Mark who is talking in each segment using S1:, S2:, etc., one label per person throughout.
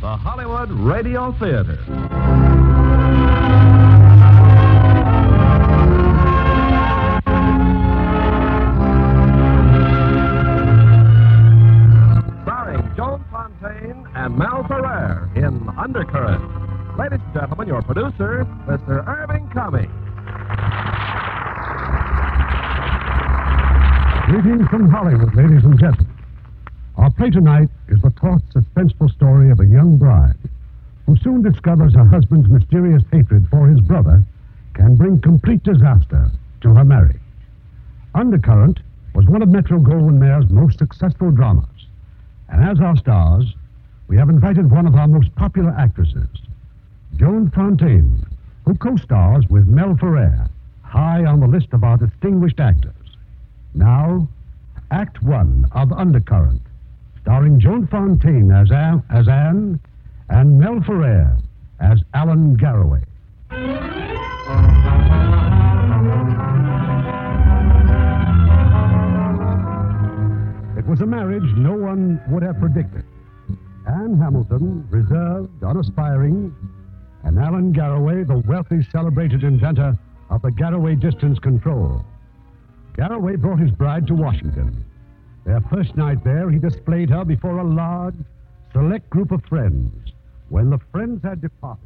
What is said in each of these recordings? S1: the Hollywood Radio Theater. Starring Joan Fontaine and Mal Ferrer in Undercurrent. Ladies and gentlemen, your producer, Mr. Irving Cummings.
S2: Greetings from Hollywood, ladies and gentlemen. Our play tonight is the taut, suspenseful story of a young bride who soon discovers her husband's mysterious hatred for his brother can bring complete disaster to her marriage. Undercurrent was one of Metro Goldwyn Mayer's most successful dramas, and as our stars, we have invited one of our most popular actresses, Joan Fontaine, who co stars with Mel Ferrer, high on the list of our distinguished actors. Now, Act One of Undercurrent starring Joan Fontaine as, Ann, as Anne and Mel Ferrer as Alan Garraway. It was a marriage no one would have predicted. Anne Hamilton, reserved, unaspiring, and Alan Garraway, the wealthy, celebrated inventor of the Garraway distance control. Garraway brought his bride to Washington their first night there, he displayed her before a large, select group of friends. When the friends had departed,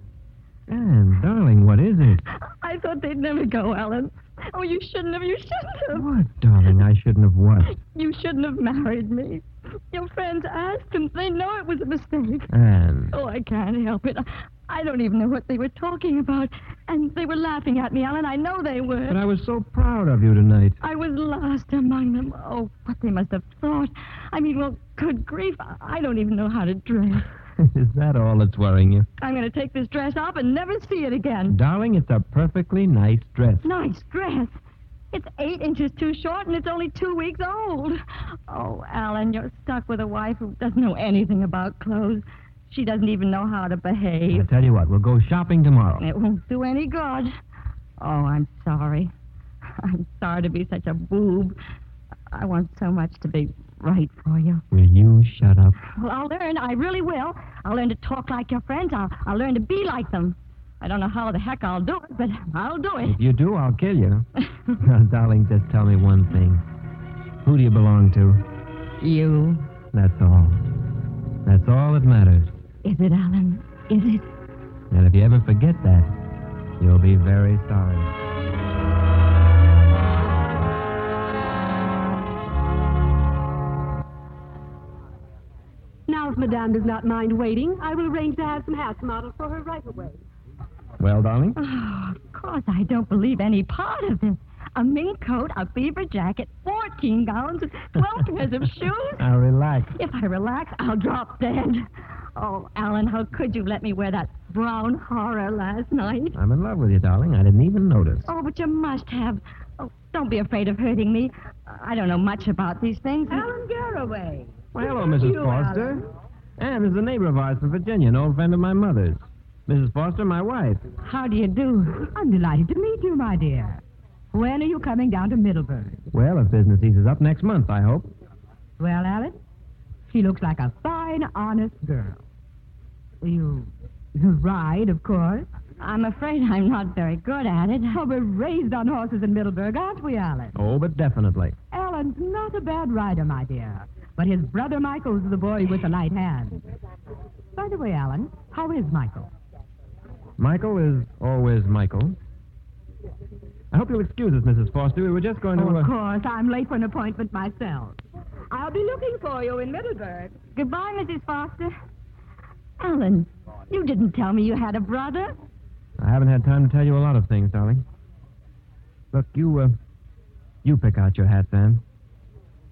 S3: Anne, darling, what is it?
S4: I thought they'd never go, Alan. Oh, you shouldn't have. You shouldn't have.
S3: What, darling? I shouldn't have what?
S4: You shouldn't have married me. Your friends asked and they know it was a mistake.
S3: Anne.
S4: Oh, I can't help it. I don't even know what they were talking about. And they were laughing at me, Alan. I know they were.
S3: But I was so proud of you tonight.
S4: I was lost among them. Oh, what they must have thought. I mean, well, good grief. I- I don't even know how to dress.
S3: is that all that's worrying you?
S4: I'm going to take this dress off and never see it again.
S3: Darling, it's a perfectly nice dress.
S4: Nice dress. It's eight inches too short and it's only two weeks old. Oh, Alan, you're stuck with a wife who doesn't know anything about clothes. She doesn't even know how to
S3: I
S4: behave.
S3: tell you what, we'll go shopping tomorrow.
S4: It won't do any good. Oh, I'm sorry. I'm sorry to be such a boob. I want so much to be right for you.
S3: Will you shut up?
S4: Well, I'll learn. I really will. I'll learn to talk like your friends. I'll, I'll learn to be like them. I don't know how the heck I'll do it, but I'll do it.
S3: If you do, I'll kill you. now, darling, just tell me one thing. Who do you belong to?
S4: You.
S3: That's all. That's all that matters.
S4: Is it, Alan? Is it?
S3: And if you ever forget that, you'll be very sorry.
S5: Now, if Madame does not mind waiting, I will arrange to have some hats modeled for her right away.
S3: Well, darling?
S4: Oh, Of course, I don't believe any part of this. A mink coat, a beaver jacket, 14 gowns, 12 pairs of shoes.
S3: Now, relax.
S4: If I relax, I'll drop dead. Oh, Alan, how could you let me wear that brown horror last night?
S3: I'm in love with you, darling. I didn't even notice.
S4: Oh, but you must have. Oh, don't be afraid of hurting me. I don't know much about these things.
S6: Alan Garraway.
S3: Well, hello,
S6: Hello,
S3: Mrs.
S6: you,
S3: Foster.
S6: Alan.
S3: Anne is a neighbor of ours from Virginia, an old friend of my mother's. Mrs. Foster, my wife.
S6: How do you do? I'm delighted to meet you, my dear. When are you coming down to Middleburg?
S3: Well, if business eases up next month, I hope.
S6: Well, Alan, she looks like a fine, honest girl. You, you ride, of course.
S4: I'm afraid I'm not very good at it.
S6: Oh, we're raised on horses in Middleburg, aren't we, Alan?
S3: Oh, but definitely.
S6: Alan's not a bad rider, my dear. But his brother Michael's the boy with the light hand. By the way, Alan, how is Michael?
S3: Michael is always Michael. I hope you'll excuse us, Mrs. Foster. We were just going to.
S6: Oh,
S3: uh,
S6: of course, I'm late for an appointment myself. I'll be looking for you in Middleburg.
S4: Goodbye, Mrs. Foster. Alan, you didn't tell me you had a brother.
S3: I haven't had time to tell you a lot of things, darling. Look, you, uh, you pick out your hat, Sam.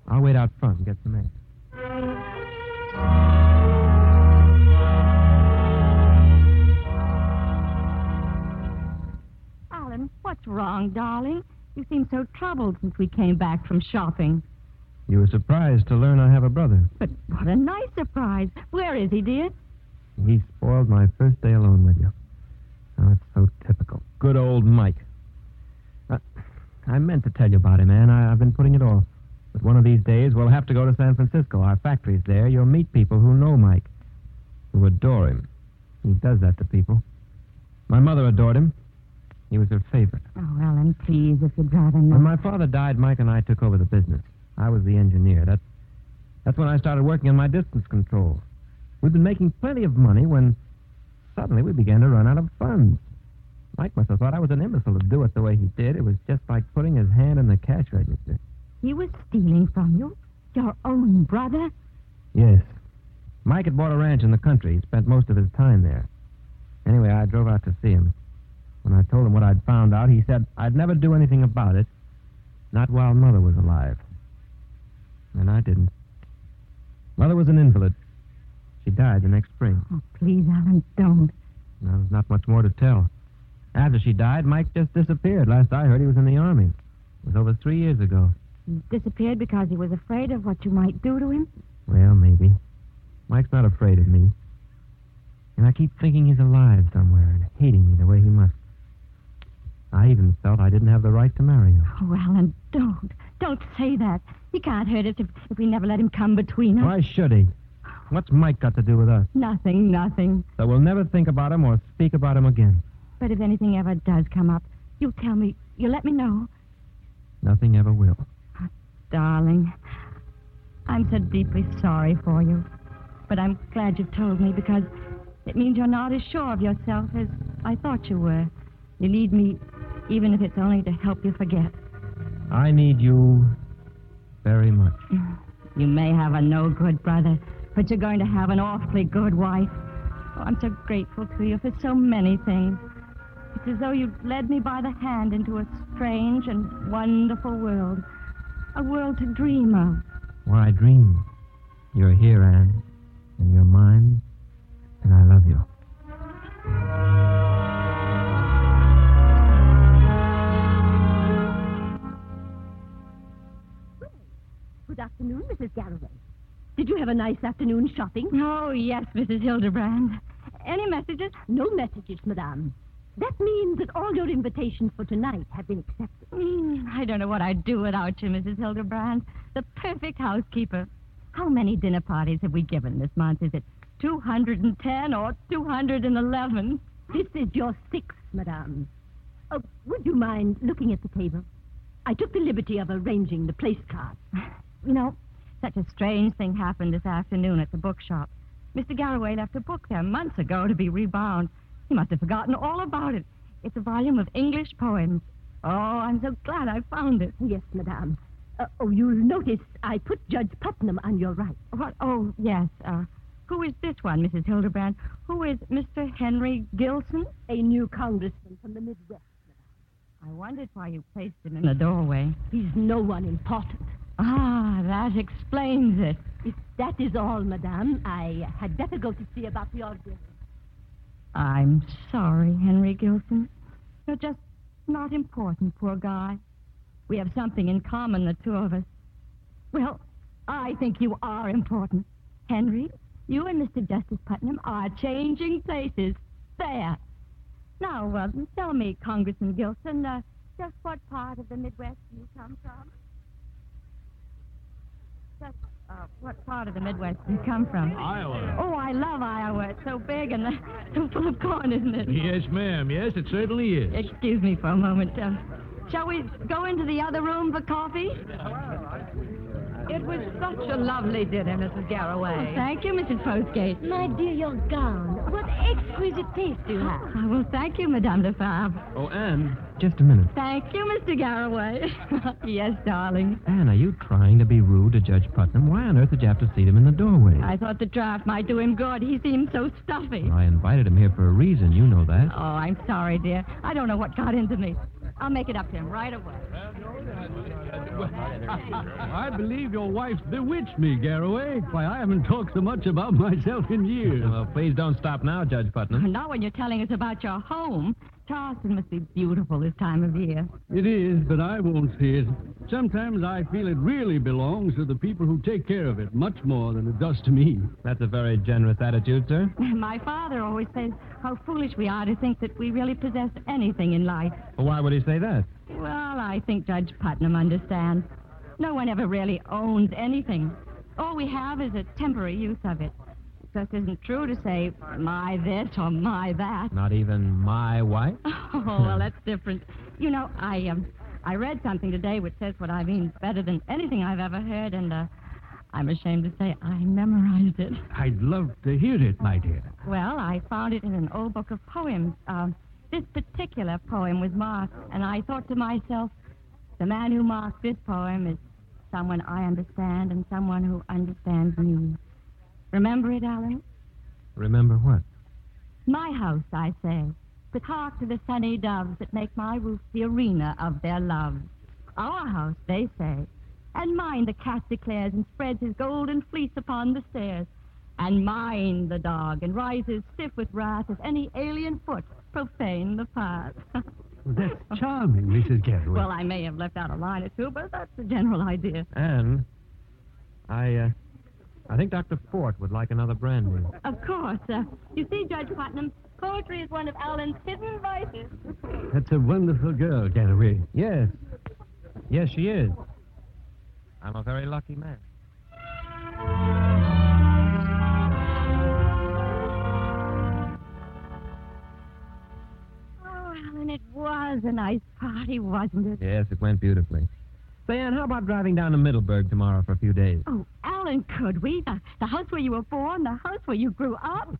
S3: I'll wait out front and get some air.
S4: Alan, what's wrong, darling? You seem so troubled since we came back from shopping.
S3: You were surprised to learn I have a brother.
S4: But what a nice surprise. Where is he, dear?
S3: He spoiled my first day alone with you. Oh, it's so typical. Good old Mike. I, I meant to tell you about him, Ann. I, I've been putting it off. But one of these days, we'll have to go to San Francisco. Our factory's there. You'll meet people who know Mike, who adore him. He does that to people. My mother adored him. He was her favorite.
S4: Oh, Alan, please, if you'd rather not.
S3: When my father died, Mike and I took over the business. I was the engineer. That, that's when I started working on my distance control. We'd been making plenty of money when suddenly we began to run out of funds. Mike must have thought I was an imbecile to do it the way he did. It was just like putting his hand in the cash register.
S4: He was stealing from you? Your own brother?
S3: Yes. Mike had bought a ranch in the country. He spent most of his time there. Anyway, I drove out to see him. When I told him what I'd found out, he said I'd never do anything about it, not while Mother was alive. And I didn't. Mother was an invalid. She died the next spring.
S4: Oh, please, Alan, don't.
S3: Now, there's not much more to tell. After she died, Mike just disappeared. Last I heard, he was in the army. It was over three years ago.
S4: He disappeared because he was afraid of what you might do to him?
S3: Well, maybe. Mike's not afraid of me. And I keep thinking he's alive somewhere and hating me the way he must. I even felt I didn't have the right to marry him.
S4: Oh, Alan, don't. Don't say that. He can't hurt us if, if we never let him come between us.
S3: Why should he? What's Mike got to do with us?
S4: Nothing, nothing.
S3: So we'll never think about him or speak about him again.
S4: But if anything ever does come up, you tell me. You let me know.
S3: Nothing ever will.
S4: Darling, I'm so deeply sorry for you. But I'm glad you've told me because it means you're not as sure of yourself as I thought you were. You need me, even if it's only to help you forget.
S3: I need you very much.
S4: You may have a no good brother, but you're going to have an awfully good wife. Oh, I'm so grateful to you for so many things. It's as though you led me by the hand into a strange and wonderful world, a world to dream of.
S3: Why, I dream. You're here, Anne, and you're mine, and I love you.
S5: Good afternoon, Mrs. Garraway. Did you have a nice afternoon shopping?
S4: Oh, yes, Mrs. Hildebrand. Any messages?
S5: No messages, madame. That means that all your invitations for tonight have been accepted.
S4: Mm, I don't know what I'd do without you, Mrs. Hildebrand. The perfect housekeeper. How many dinner parties have we given this month? Is it 210 or 211?
S5: This is your sixth, madame. Oh, would you mind looking at the table? I took the liberty of arranging the place cards.
S4: You know, such a strange thing happened this afternoon at the bookshop. Mr. Garraway left a book there months ago to be rebound. He must have forgotten all about it. It's a volume of English poems. Oh, I'm so glad I found it.
S5: Yes, madame. Uh, oh, you'll notice I put Judge Putnam on your right.
S4: What? Oh, yes. Uh, who is this one, Mrs. Hildebrand? Who is Mr. Henry Gilson?
S5: A new congressman from the Midwest.
S4: I wondered why you placed him in the doorway.
S5: He's no one important.
S4: Ah, that explains it.
S5: If that is all, madame, I had better go to see about the audience.
S4: I'm sorry, Henry Gilson. You're just not important, poor guy. We have something in common, the two of us. Well, I think you are important. Henry, you and Mr. Justice Putnam are changing places. There. Now, Weldon, tell me, Congressman Gilson, uh, just what part of the Midwest you come from? Just uh, what part of the Midwest you come from?
S7: Iowa.
S4: Oh, I love Iowa. It's so big and uh, so full of corn, isn't it?
S7: Yes, ma'am. Yes, it certainly is.
S4: Excuse me for a moment. Uh, shall we go into the other room for coffee?
S8: It was such a lovely dinner, Mrs. Garraway.
S4: Thank you, Mrs. Postgate.
S9: My dear, your gown. What exquisite taste you have.
S4: I will Ah, thank you, Madame Lefebvre.
S3: Oh, Anne, just a minute.
S4: Thank you, Mr. Garraway. yes, darling.
S3: Anne, are you trying to be rude to Judge Putnam? Why on earth did you have to seat him in the doorway?
S4: I thought the draft might do him good. He seemed so stuffy.
S3: I invited him here for a reason. You know that.
S4: Oh, I'm sorry, dear. I don't know what got into me. I'll make it up to him right away.
S7: I believe your wife's bewitched me, Garraway. Why, I haven't talked so much about myself in years.
S3: well, please don't stop now, Judge Putnam.
S4: Not when you're telling us about your home. Charleston must be beautiful this time of year.
S7: It is, but I won't see it. Sometimes I feel it really belongs to the people who take care of it much more than it does to me.
S3: That's a very generous attitude, sir.
S4: My father always says how foolish we are to think that we really possess anything in life.
S3: Well, why would he say that?
S4: Well, I think Judge Putnam understands. No one ever really owns anything. All we have is a temporary use of it. It just isn't true to say, my this or my that.
S3: Not even my wife?
S4: Oh, well, that's different. You know, I um, I read something today which says what I mean better than anything I've ever heard, and uh, I'm ashamed to say I memorized it.
S7: I'd love to hear it, my dear.
S4: Well, I found it in an old book of poems. Um, this particular poem was marked, and I thought to myself, the man who marked this poem is someone I understand and someone who understands me. Remember it, Alan?
S3: Remember what?
S4: My house, I say, with hark to the sunny doves that make my roof the arena of their loves. Our house, they say, and mine, the cat declares, and spreads his golden fleece upon the stairs. And mine, the dog, and rises stiff with wrath as any alien foot profane the path.
S7: That's charming, Mrs. Garraway.
S4: well, I may have left out a line or two, but that's the general idea.
S3: Anne, I, uh, I think Dr. Fort would like another brand new.
S4: Of course. Uh, you see, Judge Putnam, poetry is one of Alan's hidden vices.
S7: That's a wonderful girl, Garraway.
S3: Yes. Yes, she is. I'm a very lucky man.
S4: Oh, Alan, it was a nice party, wasn't it?
S3: Yes, it went beautifully. Say, Anne, how about driving down to Middleburg tomorrow for a few days?
S4: Oh, Alan, could we? The, the house where you were born, the house where you grew up.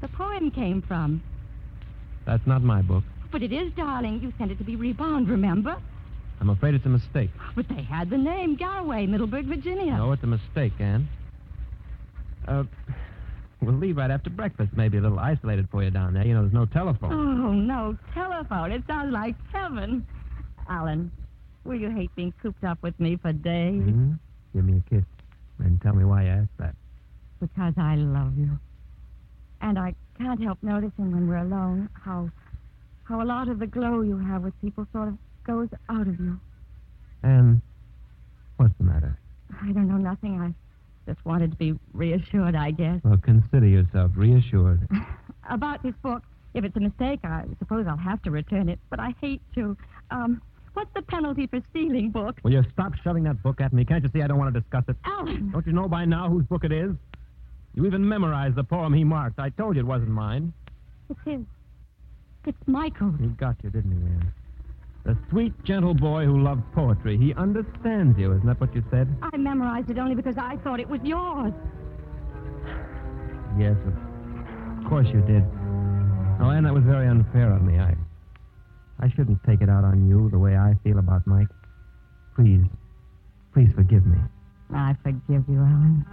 S4: The poem came from.
S3: That's not my book.
S4: But it is, darling. You sent it to be rebound, remember?
S3: I'm afraid it's a mistake.
S4: But they had the name Galway, Middleburg, Virginia.
S3: No, it's a mistake, Anne. Uh, we'll leave right after breakfast. Maybe a little isolated for you down there. You know, there's no telephone.
S4: Oh, no, telephone. It sounds like heaven. Alan, will you hate being cooped up with me for days?
S3: Hmm? Give me a kiss and tell me why you asked that.
S4: Because I love you. And I can't help noticing when we're alone how how a lot of the glow you have with people sort of goes out of you.
S3: Anne, what's the matter?
S4: I don't know nothing. I just wanted to be reassured, I guess.
S3: Well, consider yourself reassured.
S4: About this book, if it's a mistake, I suppose I'll have to return it, but I hate to. Um, what's the penalty for stealing books?
S3: Will you stop shoving that book at me? Can't you see I don't want to discuss it?
S4: Alan!
S3: Don't you know by now whose book it is? You even memorized the poem he marked. I told you it wasn't mine.
S4: It's his. It's Michael's.
S3: He got you, didn't he, Anne? The sweet, gentle boy who loved poetry. He understands you. Isn't that what you said?
S4: I memorized it only because I thought it was yours.
S3: Yes, of course you did. Oh, Anne, that was very unfair of me. I, I shouldn't take it out on you the way I feel about Mike. Please, please forgive me.
S4: I forgive you, Alan.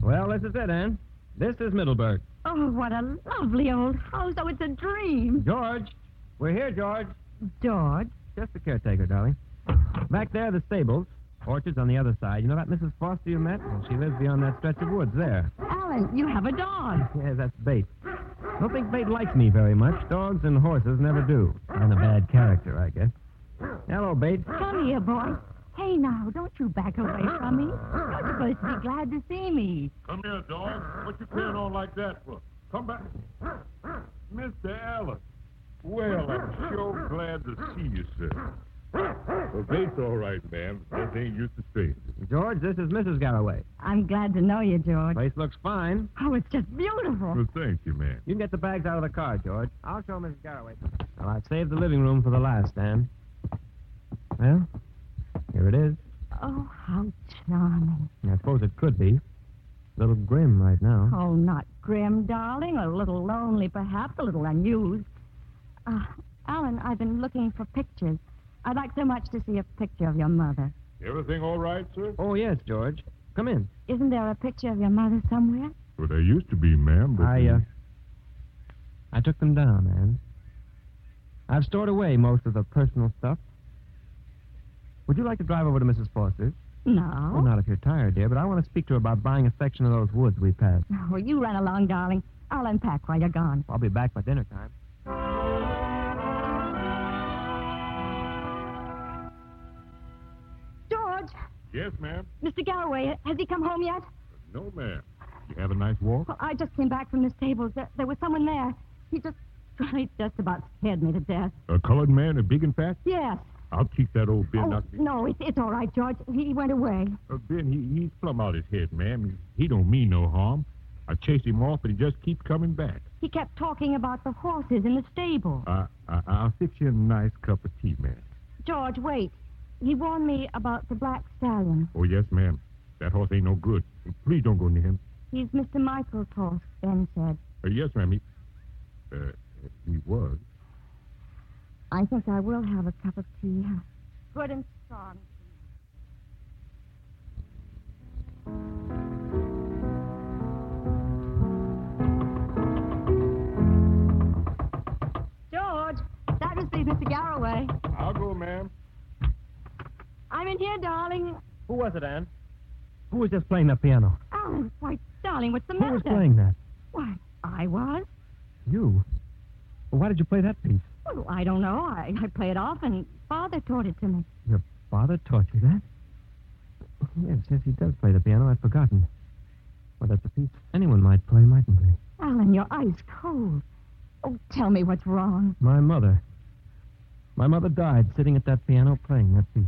S3: Well, this is it, Anne. This is Middleburg.
S4: Oh, what a lovely old house. Oh, it's a dream.
S3: George, we're here, George.
S4: George,
S3: Just the caretaker, darling. Back there, the stables. Orchard's on the other side. You know that Mrs. Foster you met? Well, she lives beyond that stretch of woods there.
S4: Alan, you have a dog.
S3: Yeah, that's Bait. Don't think Bait likes me very much. Dogs and horses never do. And a bad character, I guess. Hello, Bait.
S9: Come here, boy. Hey, now, don't you back away from me. You're supposed to be glad to see me.
S10: Come here, dog. What you carrying on like that for? Come back. Mr. Allen. Well, I'm sure glad to see you, sir. Well, that's all right, ma'am. That ain't used to strangers.
S3: George, this is Mrs. Garraway.
S4: I'm glad to know you, George.
S3: Place looks fine.
S4: Oh, it's just beautiful.
S10: thank you, ma'am.
S3: You can get the bags out of the car, George. I'll show Mrs. Garraway. Well, I've saved the living room for the last, Anne. Well, here it is.
S4: Oh, how charming.
S3: I suppose it could be. A little grim right now.
S4: Oh, not grim, darling. A little lonely, perhaps, a little unused. Uh, Alan, I've been looking for pictures. I'd like so much to see a picture of your mother.
S10: Everything all right, sir?
S3: Oh, yes, George. Come in.
S4: Isn't there a picture of your mother somewhere?
S10: Well, there used to be, ma'am, but.
S3: I, uh. I took them down, Anne. I've stored away most of the personal stuff. Would you like to drive over to Mrs. Foster's?
S4: No.
S3: Well, not if you're tired, dear, but I want to speak to her about buying a section of those woods we passed.
S4: Oh, well, you run along, darling. I'll unpack while you're gone.
S3: I'll be back by dinner time.
S4: George,
S10: Yes, ma'am.
S4: Mr. Galloway, has he come home yet?
S10: No, ma'am. You have a nice walk?
S4: Well, I just came back from the stables. There, there was someone there. He just, he just about scared me to death.
S10: A colored man, a big and fat?
S4: Yes.
S10: I'll keep that old Ben
S4: oh,
S10: out.
S4: no, it's, it's all right, George. He went away.
S10: Uh, ben, he, he's plumb out his head, ma'am. He don't mean no harm. I chased him off, but he just keeps coming back.
S4: He kept talking about the horses in the stable.
S10: I, I, I'll fix you a nice cup of tea, ma'am.
S4: George, wait. He warned me about the black stallion.
S10: Oh, yes, ma'am. That horse ain't no good. Please don't go near him.
S4: He's Mr. Michael's horse, Ben said.
S10: Uh, yes, ma'am. He, uh, he was.
S4: I think I will have a cup of tea. Good and strong. George, that must be Mr. Garraway.
S10: I'll go, ma'am.
S4: I'm in here, darling.
S3: Who was it, Anne? Who was just playing that piano?
S4: Alan, Oh, why, darling, what's the
S3: Who
S4: matter?
S3: was playing that?
S4: Why, I was.
S3: You. Well, why did you play that piece?
S4: Well, I don't know. I, I play it often. Father taught it to me.
S3: Your father taught you that? Yes, yes, he does play the piano. I'd forgotten. Well, that's a piece anyone might play, mightn't they?
S4: Alan, you're ice cold. Oh, tell me what's wrong.
S3: My mother. My mother died sitting at that piano playing that piece.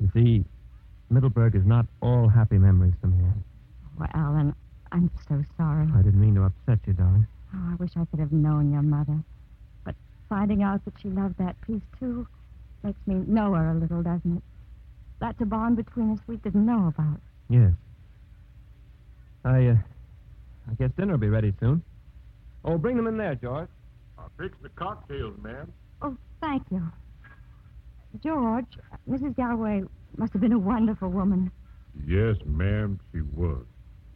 S3: You see, Middleburg is not all happy memories for me. Anne.
S4: Well, Alan, I'm so sorry.
S3: I didn't mean to upset you, darling.
S4: Oh, I wish I could have known your mother. But finding out that she loved that piece, too, makes me know her a little, doesn't it? That's a bond between us we didn't know about.
S3: Yes. I, uh, I guess dinner'll be ready soon. Oh, bring them in there, George.
S10: I'll fix the cocktails, ma'am.
S4: Oh, thank you. George, Mrs. Galloway must have been a wonderful woman.
S10: Yes, ma'am, she was.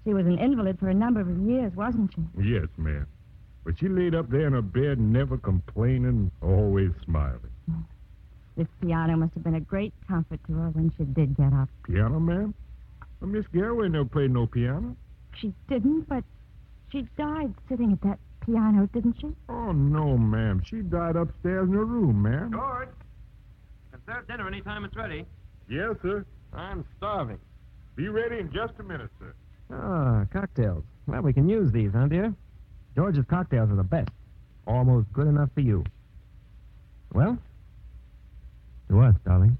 S4: She was an invalid for a number of years, wasn't she?
S10: Yes, ma'am. But she laid up there in her bed, never complaining, always smiling.
S4: This piano must have been a great comfort to her when she did get up.
S10: Piano, ma'am? Well, Miss Garraway never played no piano.
S4: She didn't, but she died sitting at that piano, didn't she?
S10: Oh, no, ma'am. She died upstairs in her room, ma'am.
S3: George, can serve dinner any time it's ready.
S10: Yes, sir.
S3: I'm starving.
S10: Be ready in just a minute, sir.
S3: Ah, cocktails. Well, we can use these, huh, dear? George's cocktails are the best. Almost good enough for you. Well? To us, darling.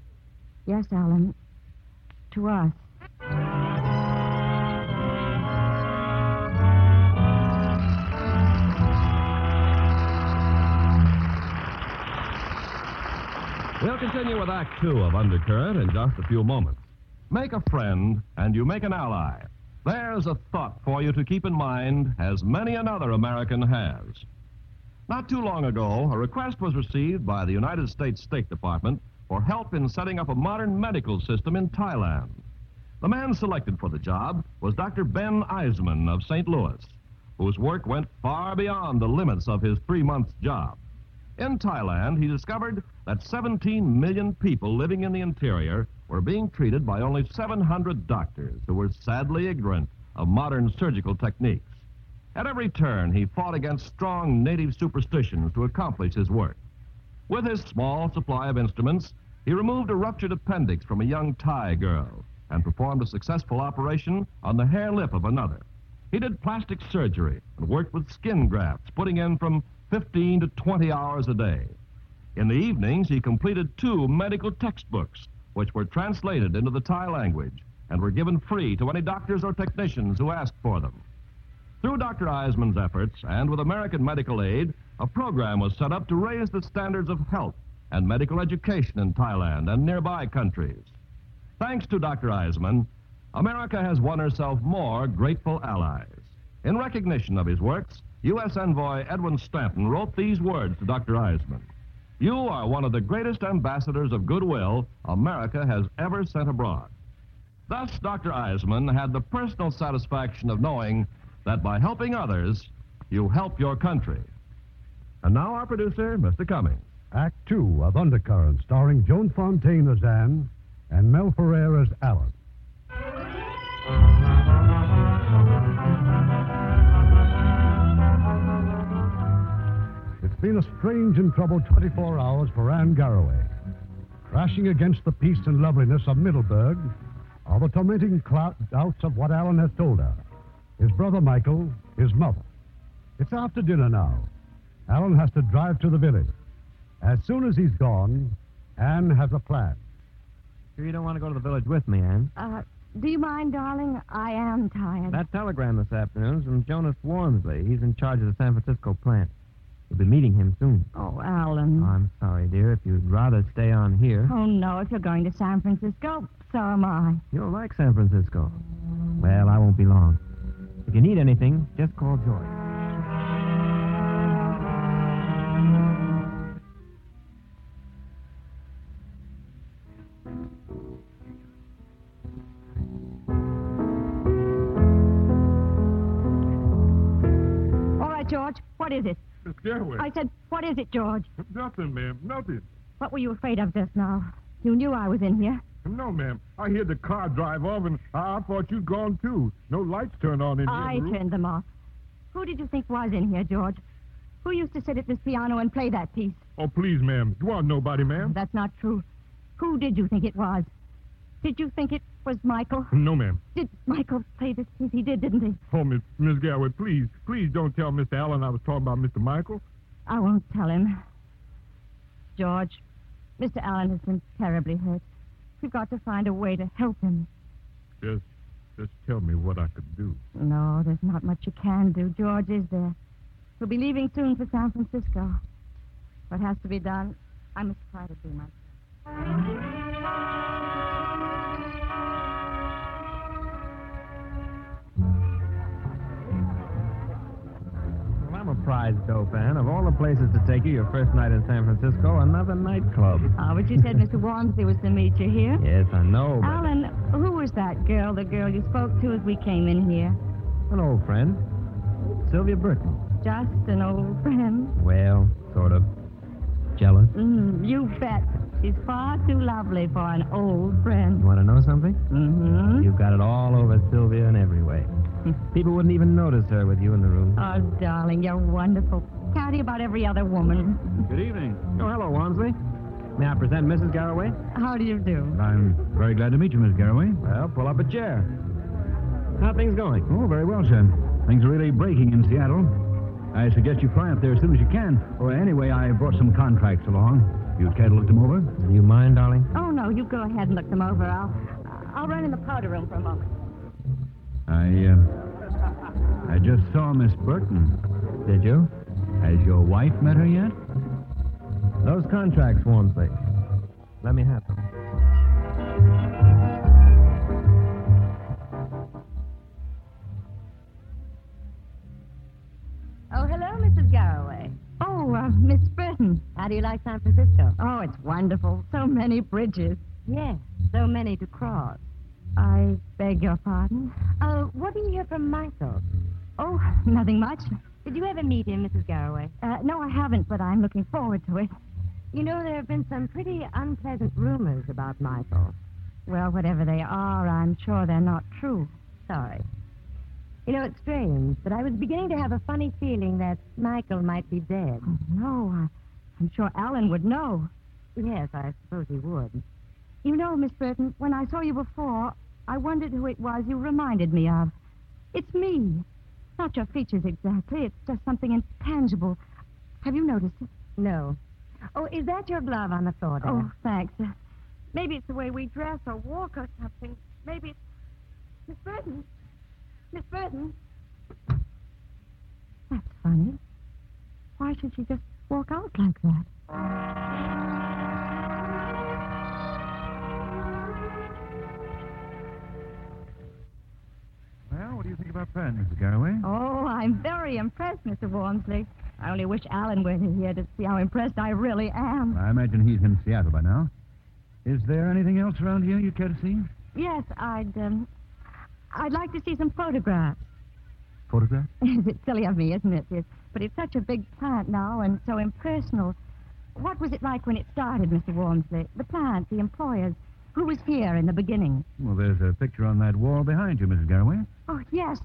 S4: Yes, Alan. To us.
S11: We'll continue with Act Two of Undercurrent in just a few moments. Make a friend, and you make an ally. There's a thought for you to keep in mind, as many another American has. Not too long ago, a request was received by the United States State Department for help in setting up a modern medical system in Thailand. The man selected for the job was Dr. Ben Eisman of St. Louis, whose work went far beyond the limits of his three month job. In Thailand, he discovered that 17 million people living in the interior were being treated by only 700 doctors who were sadly ignorant of modern surgical techniques. At every turn, he fought against strong native superstitions to accomplish his work. With his small supply of instruments, he removed a ruptured appendix from a young Thai girl and performed a successful operation on the hair lip of another. He did plastic surgery and worked with skin grafts, putting in from 15 to 20 hours a day. In the evenings, he completed two medical textbooks, which were translated into the Thai language and were given free to any doctors or technicians who asked for them. Through Dr. Eisman's efforts and with American medical aid, a program was set up to raise the standards of health and medical education in Thailand and nearby countries. Thanks to Dr. Eisman, America has won herself more grateful allies. In recognition of his works, U.S. Envoy Edwin Stanton wrote these words to Dr. Eisman You are one of the greatest ambassadors of goodwill America has ever sent abroad. Thus, Dr. Eisman had the personal satisfaction of knowing that by helping others, you help your country. And now our producer, Mr. Cummings.
S2: Act two of Undercurrent, starring Joan Fontaine as Anne and Mel Ferrer as Alan. It's been a strange and troubled 24 hours for Anne Garraway. Crashing against the peace and loveliness of Middleburg are the tormenting clou- doubts of what Alan has told her his brother Michael, his mother. It's after dinner now. Alan has to drive to the village. As soon as he's gone, Anne has a plan.
S3: Sure you don't want to go to the village with me, Ann?
S4: Uh, do you mind, darling? I am tired.
S3: That telegram this afternoon's from Jonas Wormsley. He's in charge of the San Francisco plant. We'll be meeting him soon.
S4: Oh, Alan.
S3: I'm sorry, dear. If you'd rather stay on here,
S4: Oh, no, if you're going to San Francisco, so am I.
S3: you'll like San Francisco. Well, I won't be long. If you need anything, just call George.
S4: All right, George, what is it?
S10: Miss Garraway.
S4: I said, what is it, George?
S10: Nothing, ma'am. Nothing.
S4: What were you afraid of just now? You knew I was in here.
S10: No, ma'am. I heard the car drive off, and I thought you'd gone too. No lights turned on Oh, in
S4: I
S10: your room.
S4: turned them off. Who did you think was in here, George? Who used to sit at this piano and play that piece?
S10: Oh, please, ma'am. You aren't nobody, ma'am.
S4: That's not true. Who did you think it was? Did you think it was Michael?
S10: No, ma'am.
S4: Did Michael play this piece? He did, didn't he?
S10: Oh, Miss, Miss Garraway, please, please don't tell Mr. Allen I was talking about Mr. Michael.
S4: I won't tell him. George, Mr. Allen has been terribly hurt. We've got to find a way to help him.
S10: Just, just tell me what I could do.
S4: No, there's not much you can do, George, is there? We'll be leaving soon for San Francisco. What has to be done, I must try to do myself.
S3: Well, I'm a prize dope, Ann. Of all the places to take you, your first night in San Francisco, another nightclub.
S4: Oh, but you said Mr. Walmsley was to meet you here.
S3: Yes, I know, but
S4: Alan, who was that girl, the girl you spoke to as we came in here?
S3: an old friend. Sylvia Burton.
S4: Just an old friend.
S3: Well, sort of. Jealous.
S4: Mm, you bet. She's far too lovely for an old friend.
S3: You want to know something?
S4: Mm-hmm.
S3: You've got it all over Sylvia in every way. People wouldn't even notice her with you in the room.
S4: Oh, darling, you're wonderful. Catty about every other woman.
S3: Good evening. Oh, hello, Walmsley. May I present Mrs. Garraway?
S4: How do you do?
S12: I'm very glad to meet you, Miss Garraway.
S3: Well, pull up a chair. How things going?
S12: Oh, very well, sir. Things are really breaking in Seattle. I suggest you fly up there as soon as you can. Or anyway, I brought some contracts along. You care to look them over?
S3: Do you mind, darling?
S4: Oh, no, you go ahead and look them over. I'll, I'll run in the powder room for a moment.
S12: I, uh, I just saw Miss Burton.
S3: Did you?
S12: Has your wife met her yet?
S3: Those contracts, Walmsley. Let me have them.
S13: Oh, hello, Mrs. Garraway.
S4: Oh, uh, Miss Burton.
S13: How do you like San Francisco?
S4: Oh, it's wonderful. So many bridges.
S13: Yes, so many to cross.
S4: I beg your pardon.
S13: Uh, what do you hear from Michael?
S4: Oh, nothing much.
S13: Did you ever meet him, Mrs. Garraway?
S4: Uh, no, I haven't, but I'm looking forward to it.
S13: You know, there have been some pretty unpleasant rumors about Michael. Well, whatever they are, I'm sure they're not true. Sorry. You know, it's strange, but I was beginning to have a funny feeling that Michael might be dead.
S4: Oh, No, I, I'm sure Alan would know.
S13: Yes, I suppose he would.
S4: You know, Miss Burton, when I saw you before, I wondered who it was you reminded me of. It's me. Not your features exactly. It's just something intangible. Have you noticed it?
S13: No. Oh, is that your glove on the floor there?
S4: Oh, thanks. Uh,
S9: Maybe it's the way we dress or walk or something. Maybe it's. Miss Burton? Miss Burton?
S4: that's funny. Why should she just walk out like that?
S14: Well, what do you think about that, Mrs. Garraway?
S4: Oh, I'm very impressed, Mr. Walmsley. I only wish Alan were here to see how impressed I really am.
S12: I imagine he's in Seattle by now. Is there anything else around here you care to see?
S4: Yes, I'd, um, I'd like to see some photographs.
S12: Photograph?
S4: it's silly of me, isn't it? It's, but it's such a big plant now and so impersonal. What was it like when it started, Mr. Walmsley? The plant, the employers. Who was here in the beginning?
S12: Well, there's a picture on that wall behind you, Mrs. Garraway.
S4: Oh, yes.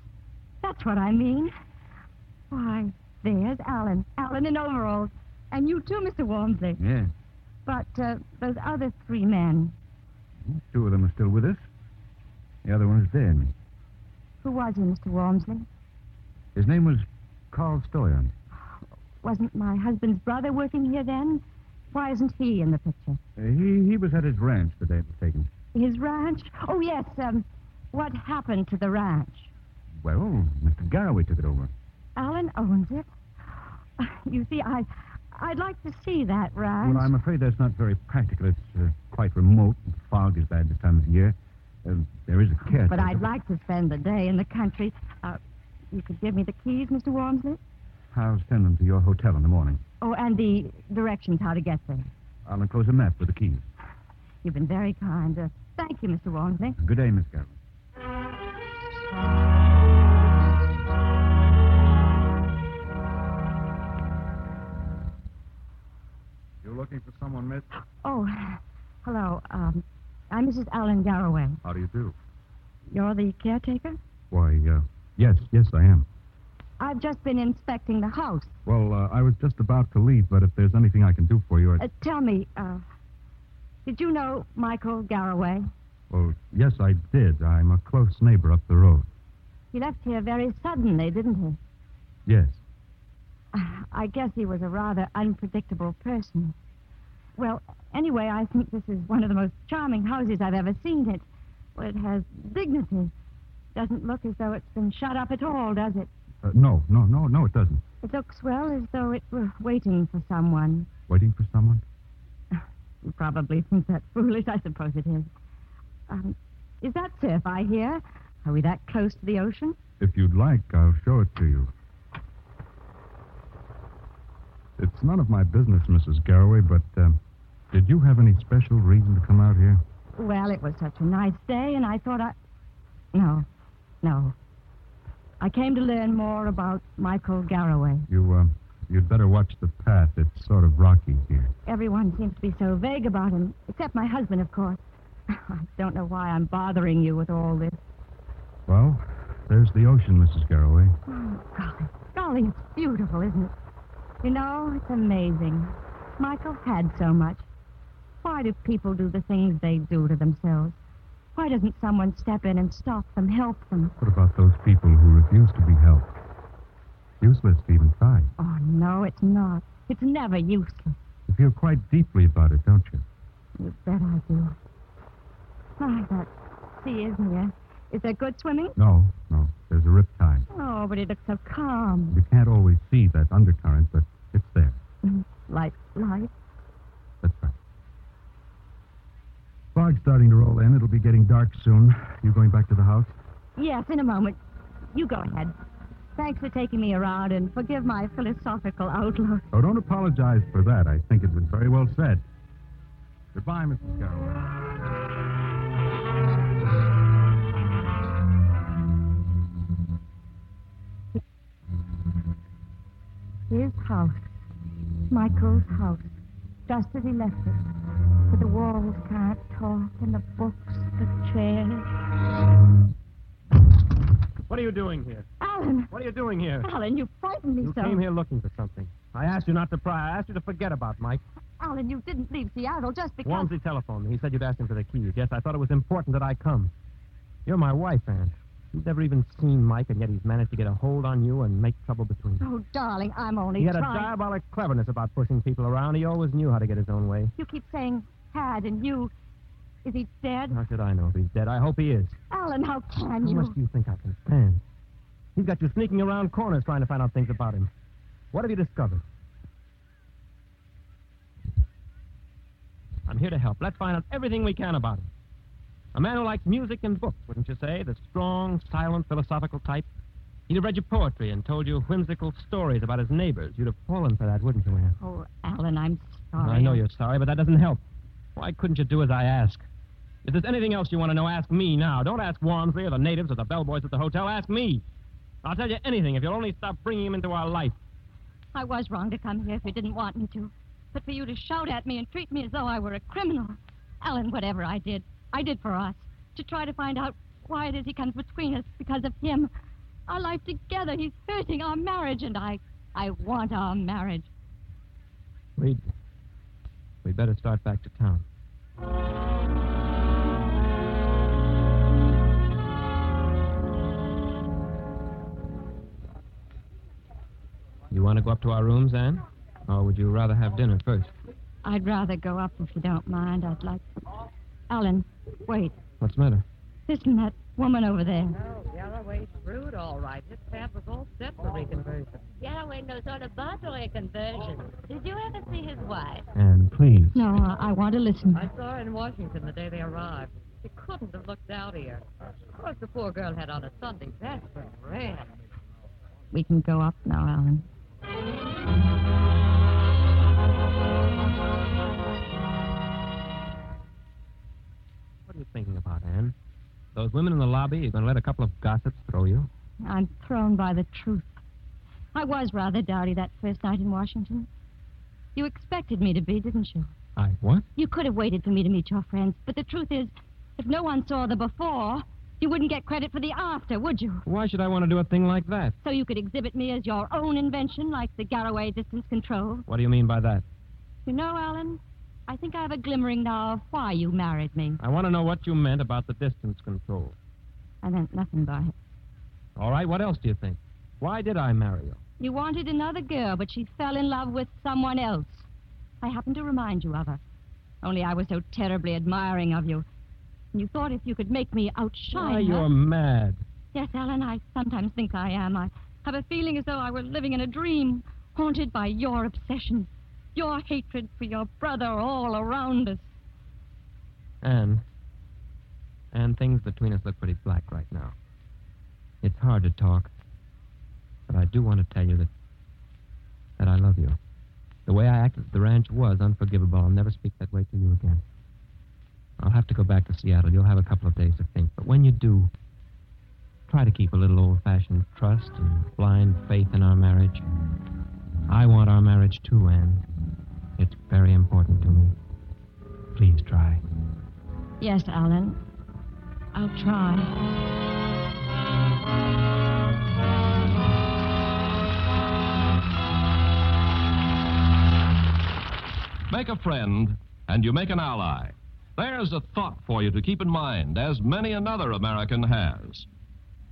S4: That's what I mean. Why, there's Alan. Alan in overalls. And you too, Mr. Walmsley.
S12: Yes.
S2: Mm.
S4: But uh, those other three men,
S12: Two of them are still with us. The other one is dead.
S4: who was he, Mr. Walmsley?
S12: His name was Carl Stoyan.
S4: Wasn't my husband's brother working here then? Why isn't he in the picture?
S12: Uh, he, he was at his ranch the day it was taken.
S4: His ranch? Oh, yes. Um, what happened to the ranch?
S12: Well, Mr. Garraway took it over.
S4: Alan owns it. You see, I, I'd like to see that ranch.
S12: Well, I'm afraid that's not very practical. It's uh, quite remote. and fog is bad this time of year. Uh, there is a cat.
S4: But I'd like to spend the day in the country. Uh, you could give me the keys, Mr. Walmsley?
S12: I'll send them to your hotel in the morning.
S4: Oh, and the directions how to get there.
S12: I'll enclose a map with the keys.
S4: You've been very kind. Uh, thank you, Mr. Walmsley.
S12: Good day, Miss Garraway.
S14: You're looking for someone, miss?
S4: Oh, hello. Um, I'm Mrs. Alan Garraway.
S14: How do you do?
S4: You're the caretaker?
S12: Why, uh, yes, yes, I am.
S4: I've just been inspecting the house.
S14: Well, uh, I was just about to leave, but if there's anything I can do for you, I...
S4: Uh, tell me, uh, did you know Michael Garraway?
S14: Well, yes, I did. I'm a close neighbor up the road.
S4: He left here very suddenly, didn't
S14: Yes.
S4: he? I guess he was a rather unpredictable person. Well, anyway, I think this is one of the most charming houses I've ever seen. It, well, it has dignity. Doesn't look as though it's been shut up at all, does it?
S14: Uh, no, no, no, no, it doesn't.
S4: It looks well as though it were waiting for someone.
S14: Waiting for someone?
S4: You probably think that foolish. I suppose it is. Um, is that surf I hear? Are we that close to the ocean?
S14: If you'd like, I'll show it to you. It's none of my business, Mrs. Garraway, but uh, did you have any special reason to come out here?
S4: Well, it was such a nice day, and I thought I. No, no. I came to learn more about Michael Garraway.
S14: You, uh, you'd better watch the path. It's sort of rocky here.
S4: Everyone seems to be so vague about him, except my husband, of course. I don't know why I'm bothering you with all this.
S14: Well, there's the ocean, Mrs. Garraway.
S4: Oh, golly, golly, it's beautiful, isn't it? You know, it's amazing. Michael had so much. Why do people do the things they do to themselves? Why doesn't someone step in and stop them, help them?
S14: What about those people who refuse to be helped? Useless to even try.
S4: Oh, no, it's not. It's never useless.
S14: You feel quite deeply about it, don't you?
S4: You bet I do. My, that sea isn't here. Is there good swimming?
S14: No, no. There's a riptide.
S4: Oh, but it looks so calm.
S14: You can't always see that undercurrent, but it's there.
S4: Like life.
S14: That's right.
S12: Fog's starting to roll in. It'll be getting dark soon. You going back to the house?
S4: Yes, in a moment. You go ahead. Thanks for taking me around and forgive my philosophical outlook.
S14: Oh, don't apologize for that. I think it was very well said. Goodbye, Mrs. Garraway.
S4: His house. Michael's house.
S13: just as he left it, with the walls can't talk and the books, the chairs.
S3: What are you doing here?
S13: Alan!
S3: What are you doing here?
S13: Alan, you frightened me
S3: You
S13: so.
S3: came here looking for something. I asked you not to pry. I asked you to forget about Mike.
S13: Alan, you didn't leave Seattle just because.
S3: Walmsley telephoned me. He said you'd asked him for the keys. Yes, I thought it was important that I come. You're my wife, Anne. You've never even seen Mike, and yet he's managed to get a hold on you and make trouble between you.
S13: Oh, darling, I'm only
S3: He had a
S13: trying.
S3: diabolic cleverness about pushing people around. He always knew how to get his own way.
S13: You keep saying had and you. Is he dead?
S3: How should I know if he's dead? I hope he is.
S13: Alan, how
S3: How
S13: can
S3: much
S13: you?
S3: do you think I can stand? He's got you sneaking around corners trying to find out things about him. What have you discovered? I'm here to help. Let's find out everything we can about him. A man who likes music and books, wouldn't you say? The strong, silent, philosophical type. He'd have read your poetry and told you whimsical stories about his neighbors. You'd have fallen for that, wouldn't you, Anne?
S13: Oh, Alan, I'm sorry.
S3: I know you're sorry, but that doesn't help. Why couldn't you do as I ask? If there's anything else you want to know, ask me now. Don't ask Walmsley or the natives or the bellboys at the hotel. Ask me. I'll tell you anything if you'll only stop bringing him into our life.
S4: I was wrong to come here if you didn't want me to. But for you to shout at me and treat me as though I were a criminal. Alan, whatever I did, I did for us. To try to find out why it is he comes between us because of him. Our life together, he's hurting our marriage, and I, I want our marriage.
S3: We'd, we'd better start back to town. You want to go up to our rooms, Anne? Or would you rather have dinner first?
S4: I'd rather go up if you don't mind. I'd like. Alan, wait.
S3: What's the matter?
S4: Listen, that woman over there.
S15: Oh, Galloway's through all right. This cab was all set for reconversion.
S16: Galloway knows all about oil conversion. Did you ever see his wife?
S3: Anne, please.
S4: No, I, I want to listen.
S15: I saw her in Washington the day they arrived. She couldn't have looked dowdier. Of course, the poor girl had on a Sunday dress, but red.
S4: We can go up now, Alan.
S3: What are you thinking about, Anne? Those women in the lobby, you're going to let a couple of gossips throw you?
S4: I'm thrown by the truth. I was rather dowdy that first night in Washington. You expected me to be, didn't you?
S3: I what?
S4: You could have waited for me to meet your friends, but the truth is, if no one saw the before, you wouldn't get credit for the after, would you?
S3: Why should I want to do a thing like that?
S4: So you could exhibit me as your own invention, like the Galloway distance control.
S3: What do you mean by that?
S4: You know, Alan, I think I have a glimmering now of why you married me.
S3: I want to know what you meant about the distance control.
S4: I meant nothing by it.
S3: All right, what else do you think? Why did I marry you?
S4: You wanted another girl, but she fell in love with someone else. I happened to remind you of her. Only I was so terribly admiring of you. And you thought if you could make me outshine
S3: Why,
S4: her.
S3: you're mad.
S4: Yes, Alan, I sometimes think I am. I have a feeling as though I were living in a dream, haunted by your obsession, your hatred for your brother all around us.
S3: Anne. Anne, things between us look pretty black right now. It's hard to talk, but I do want to tell you that that I love you. The way I acted at the ranch was unforgivable. I'll never speak that way to you again. I'll have to go back to Seattle. You'll have a couple of days to think, but when you do, try to keep a little old-fashioned trust and blind faith in our marriage. I want our marriage too, Anne. It's very important to me. Please try.
S4: Yes, Alan. I'll try.
S11: Make a friend, and you make an ally. There's a thought for you to keep in mind, as many another American has.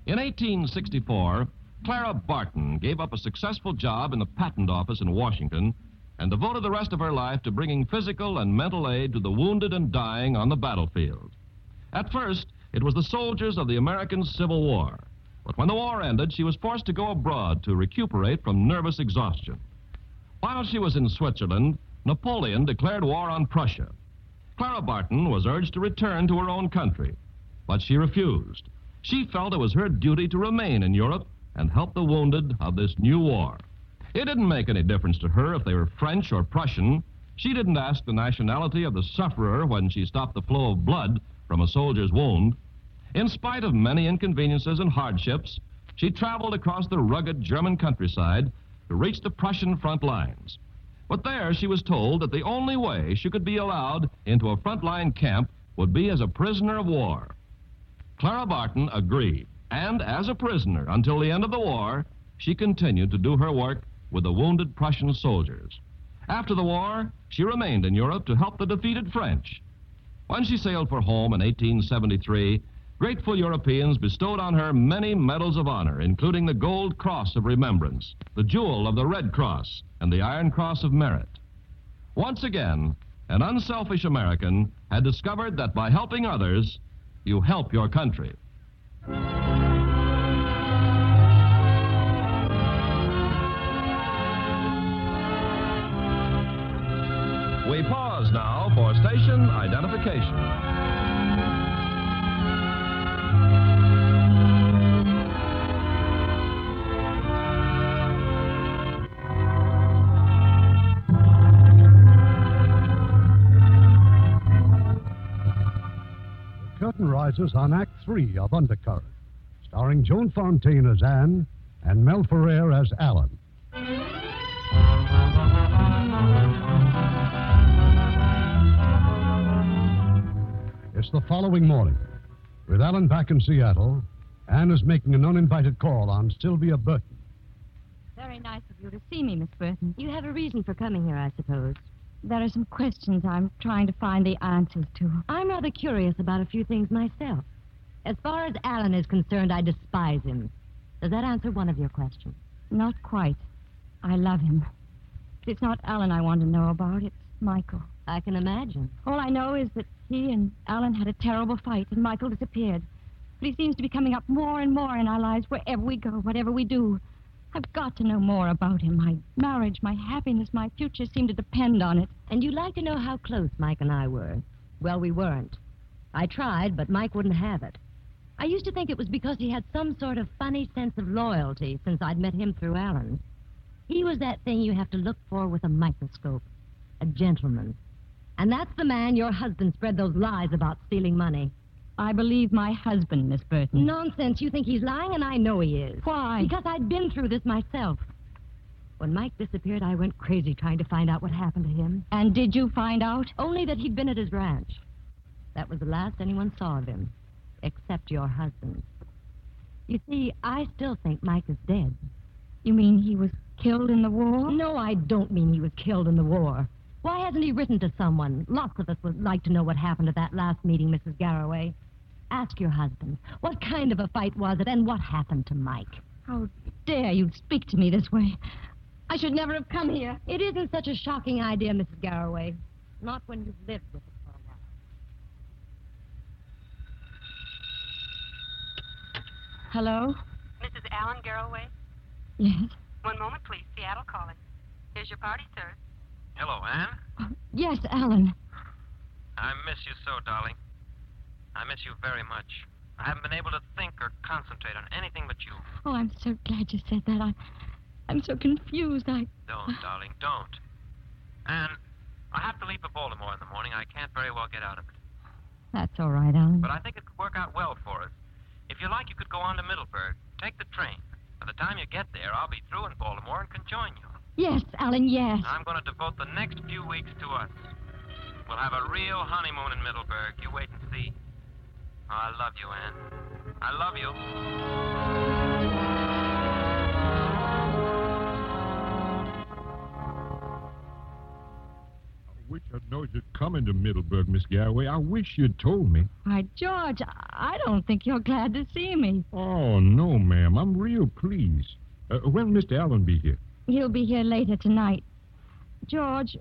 S11: In 1864, Clara Barton gave up a successful job in the patent office in Washington and devoted the rest of her life to bringing physical and mental aid to the wounded and dying on the battlefield. At first, it was the soldiers of the American Civil War, but when the war ended, she was forced to go abroad to recuperate from nervous exhaustion. While she was in Switzerland, Napoleon declared war on Prussia. Clara Barton was urged to return to her own country, but she refused. She felt it was her duty to remain in Europe and help the wounded of this new war. It didn't make any difference to her if they were French or Prussian. She didn't ask the nationality of the sufferer when she stopped the flow of blood from a soldier's wound. In spite of many inconveniences and hardships, she traveled across the rugged German countryside to reach the Prussian front lines. But there she was told that the only way she could be allowed into a frontline camp would be as a prisoner of war. Clara Barton agreed, and as a prisoner until the end of the war, she continued to do her work with the wounded Prussian soldiers. After the war, she remained in Europe to help the defeated French. When she sailed for home in 1873, grateful Europeans bestowed on her many medals of honor, including the Gold Cross of Remembrance, the Jewel of the Red Cross, and the Iron Cross of Merit. Once again, an unselfish American had discovered that by helping others, you help your country. We pause now for station identification.
S2: The curtain rises on Act Three of Undercurrent, starring Joan Fontaine as Anne and Mel Ferrer as Alan. It's the following morning. With Alan back in Seattle, Anne is making an uninvited call on Sylvia Burton.
S4: Very nice of you to see me, Miss Burton. You have a reason for coming here, I suppose. There are some questions I'm trying to find the answers to.
S5: I'm rather curious about a few things myself. As far as Alan is concerned, I despise him. Does that answer one of your questions?
S4: Not quite. I love him. But it's not Alan I want to know about, it's Michael.
S5: I can imagine.
S4: All I know is that he and Alan had a terrible fight and Michael disappeared. But he seems to be coming up more and more in our lives wherever we go, whatever we do. I've got to know more about him. My marriage, my happiness, my future seem to depend on it.
S5: And you'd like to know how close Mike and I were. Well, we weren't. I tried, but Mike wouldn't have it. I used to think it was because he had some sort of funny sense of loyalty since I'd met him through Alan. He was that thing you have to look for with a microscope a gentleman. And that's the man your husband spread those lies about stealing money.
S4: I believe my husband, Miss Burton.
S5: Nonsense. You think he's lying, and I know he is.
S4: Why?
S5: Because I'd been through this myself. When Mike disappeared, I went crazy trying to find out what happened to him.
S4: And did you find out?
S5: Only that he'd been at his ranch. That was the last anyone saw of him, except your husband. You see, I still think Mike is dead.
S4: You mean he was killed in the war?
S5: No, I don't mean he was killed in the war. Why hasn't he written to someone? Lots of us would like to know what happened at that last meeting, Mrs. Garraway. Ask your husband. What kind of a fight was it, and what happened to Mike?
S4: How dare you speak to me this way? I should never have come here.
S5: It isn't such a shocking idea, Mrs. Garraway. Not when you've lived with it for a while.
S4: Hello?
S17: Mrs. Allen Garraway?
S4: Yes.
S17: One moment, please. Seattle calling. Here's your party, sir.
S18: Hello, Anne.
S4: Yes, Alan.
S18: I miss you so, darling. I miss you very much. I haven't been able to think or concentrate on anything but you.
S4: Oh, I'm so glad you said that. I, I'm so confused. I.
S18: Don't, darling, don't. Anne, I have to leave for Baltimore in the morning. I can't very well get out of it.
S4: That's all right, Alan.
S18: But I think it could work out well for us. If you like, you could go on to Middleburg. Take the train. By the time you get there, I'll be through in Baltimore and can join you.
S4: Yes, Alan, yes.
S18: I'm going to devote the next few weeks to us. We'll have a real honeymoon in Middleburg. You wait and see. Oh, I love you, Anne. I love you.
S10: I wish I'd known you'd come into Middleburg, Miss Garraway. I wish you'd told me.
S4: Why, George, I don't think you're glad to see me.
S10: Oh, no, ma'am. I'm real pleased. Uh, when'll Mr. Allen be here?
S4: He'll be here later tonight. George,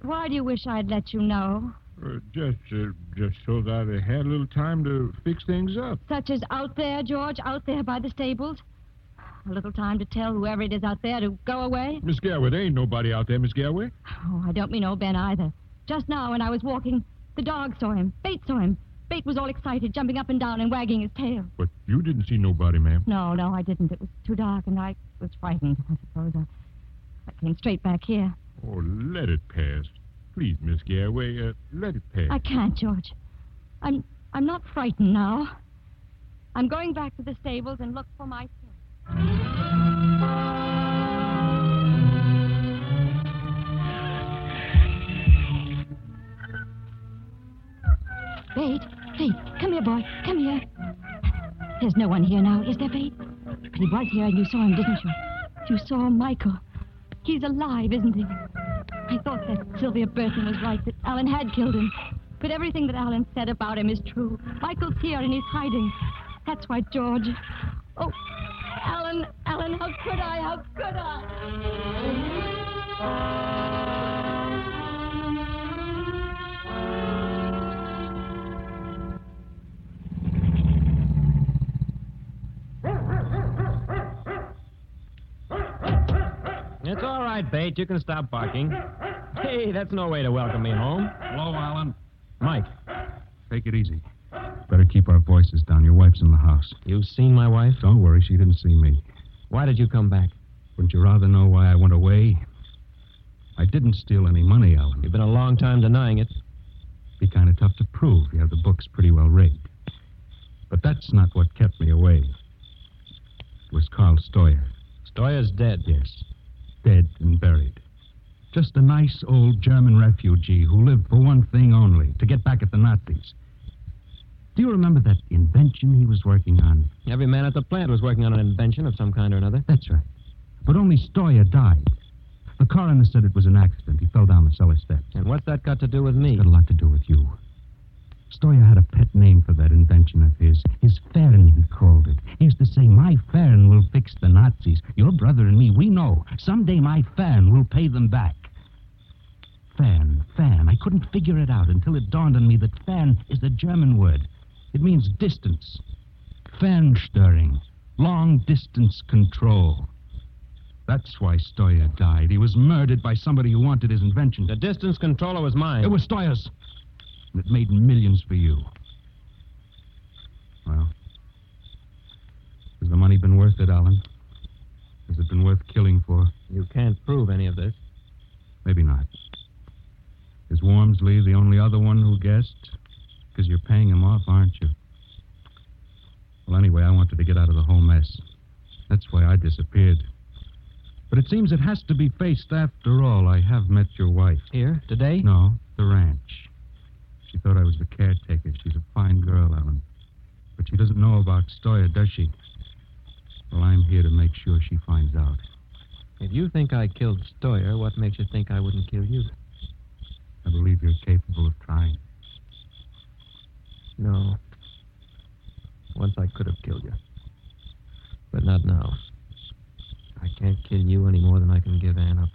S4: why do you wish I'd let you know?
S10: Uh, just, uh, just so that I had a little time to fix things up.
S4: Such as out there, George, out there by the stables? A little time to tell whoever it is out there to go away?
S10: Miss Garraway, there ain't nobody out there, Miss Garraway.
S4: Oh, I don't mean old Ben either. Just now, when I was walking, the dog saw him. Bate saw him. Bate was all excited, jumping up and down and wagging his tail.
S10: But you didn't see nobody, ma'am.
S4: No, no, I didn't. It was too dark, and I was frightened, I suppose. I, I came straight back here.
S10: Oh, let it pass. Please, Miss Garraway, uh, let it pass.
S4: I can't, George. I'm I'm not frightened now. I'm going back to the stables and look for my things. Bate, Bate, come here, boy. Come here. There's no one here now, is there, Bate? But he was here and you saw him, didn't you? You saw Michael. He's alive, isn't he? I thought that Sylvia Burton was right, that Alan had killed him. But everything that Alan said about him is true. Michael's here and he's hiding. That's why George. Oh, Alan, Alan, how could I? How could
S3: It's all right, Bate. You can stop barking. Hey, that's no way to welcome me home.
S14: Hello, Alan.
S3: Mike.
S14: Take it easy. Better keep our voices down. Your wife's in the house.
S3: You've seen my wife?
S14: Don't worry, she didn't see me.
S3: Why did you come back?
S14: Wouldn't you rather know why I went away? I didn't steal any money, Alan.
S3: You've been a long time denying it.
S14: Be kind of tough to prove. You have the books pretty well rigged. But that's not what kept me away. It was Carl Stoyer.
S3: Stoyer's dead.
S14: Yes. Dead and buried. Just a nice old German refugee who lived for one thing only to get back at the Nazis. Do you remember that invention he was working on?
S3: Every man at the plant was working on an invention of some kind or another.
S14: That's right. But only Stoyer died. The coroner said it was an accident. He fell down the cellar steps.
S3: And what's that got to do with me?
S14: It's got a lot to do with you. Stoyer had a pet name for that invention of his. His Fern, he called it. He used to say, My Fern will fix the Nazis. Your brother and me, we know. Someday my Fern will pay them back. Fern, Fern. I couldn't figure it out until it dawned on me that Fern is a German word. It means distance. Fernsteuerung. Long distance control. That's why Stoyer died. He was murdered by somebody who wanted his invention.
S3: The distance controller was mine.
S14: It was Stoyer's. And it made millions for you. Well, has the money been worth it, Alan? Has it been worth killing for?
S3: You can't prove any of this.
S14: Maybe not. Is Wormsley the only other one who guessed? Because you're paying him off, aren't you? Well, anyway, I wanted to get out of the whole mess. That's why I disappeared. But it seems it has to be faced after all. I have met your wife.
S3: Here, today?
S14: No, the ranch. She thought I was the caretaker. She's a fine girl, Alan. But she doesn't know about Stoyer, does she? Well, I'm here to make sure she finds out.
S3: If you think I killed Stoyer, what makes you think I wouldn't kill you?
S14: I believe you're capable of trying.
S3: No. Once I could have killed you. But not now. I can't kill you any more than I can give Ann up.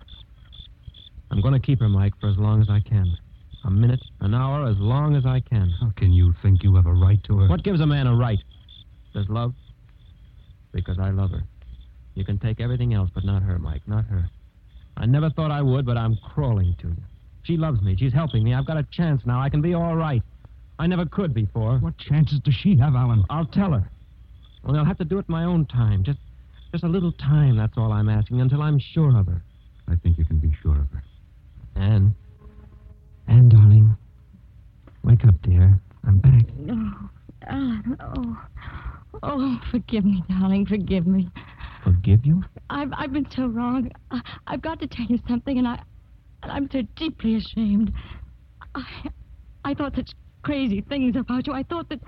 S3: I'm going to keep her, Mike, for as long as I can. A minute, an hour, as long as I can.
S14: How can you think you have a right to her?
S3: What gives a man a right? Does love? Because I love her. You can take everything else, but not her, Mike, not her. I never thought I would, but I'm crawling to you. She loves me. She's helping me. I've got a chance now. I can be all right. I never could before.
S14: What chances does she have, Alan?
S3: I'll tell her. Only I'll have to do it my own time. Just, just a little time. That's all I'm asking until I'm sure of her.
S14: I think you can be sure of her.
S3: Anne. Anne, darling. Wake up, dear. I'm back.
S4: Oh, Alan, oh. Oh, forgive me, darling, forgive me.
S3: Forgive you?
S4: I've, I've been so wrong. I, I've got to tell you something, and I, and I'm so deeply ashamed. I, I thought such crazy things about you. I thought that,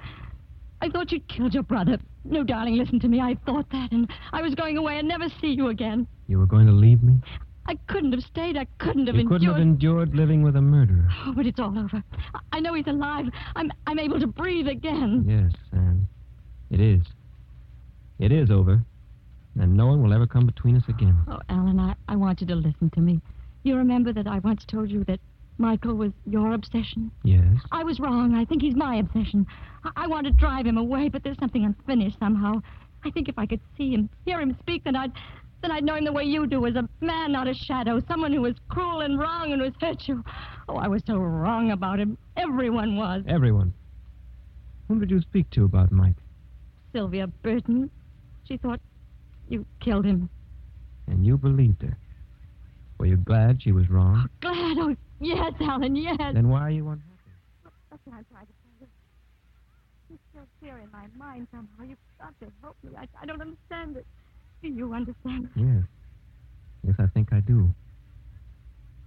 S4: I thought you'd killed your brother. No, darling, listen to me. I thought that, and I was going away and never see you again.
S3: You were going to leave me?
S4: I couldn't have stayed. I couldn't have
S3: you
S4: endured.
S3: couldn't have endured living with a murderer.
S4: Oh, but it's all over. I- I know he's alive. I'm, I'm able to breathe again.
S3: Yes, Anne. It is. It is over. And no one will ever come between us again.
S4: Oh, Alan, I, I want you to listen to me. You remember that I once told you that Michael was your obsession?
S3: Yes.
S4: I was wrong. I think he's my obsession. I, I want to drive him away, but there's something unfinished somehow. I think if I could see him, hear him speak, then I'd then I'd know him the way you do, as a man, not a shadow, someone who was cruel and wrong and who's hurt you. Oh, I was so wrong about him. Everyone was.
S3: Everyone. Whom did you speak to about Mike?
S4: Sylvia Burton. She thought you killed him.
S3: And you believed her. Were you glad she was wrong?
S4: Glad. Oh, yes, Alan, yes.
S3: Then why are you unhappy?
S9: That's what I'm trying to tell you. You're still here in my mind somehow. You've got to help me. I, I don't understand it. Do you understand?
S3: Yes. Yes, I think I do.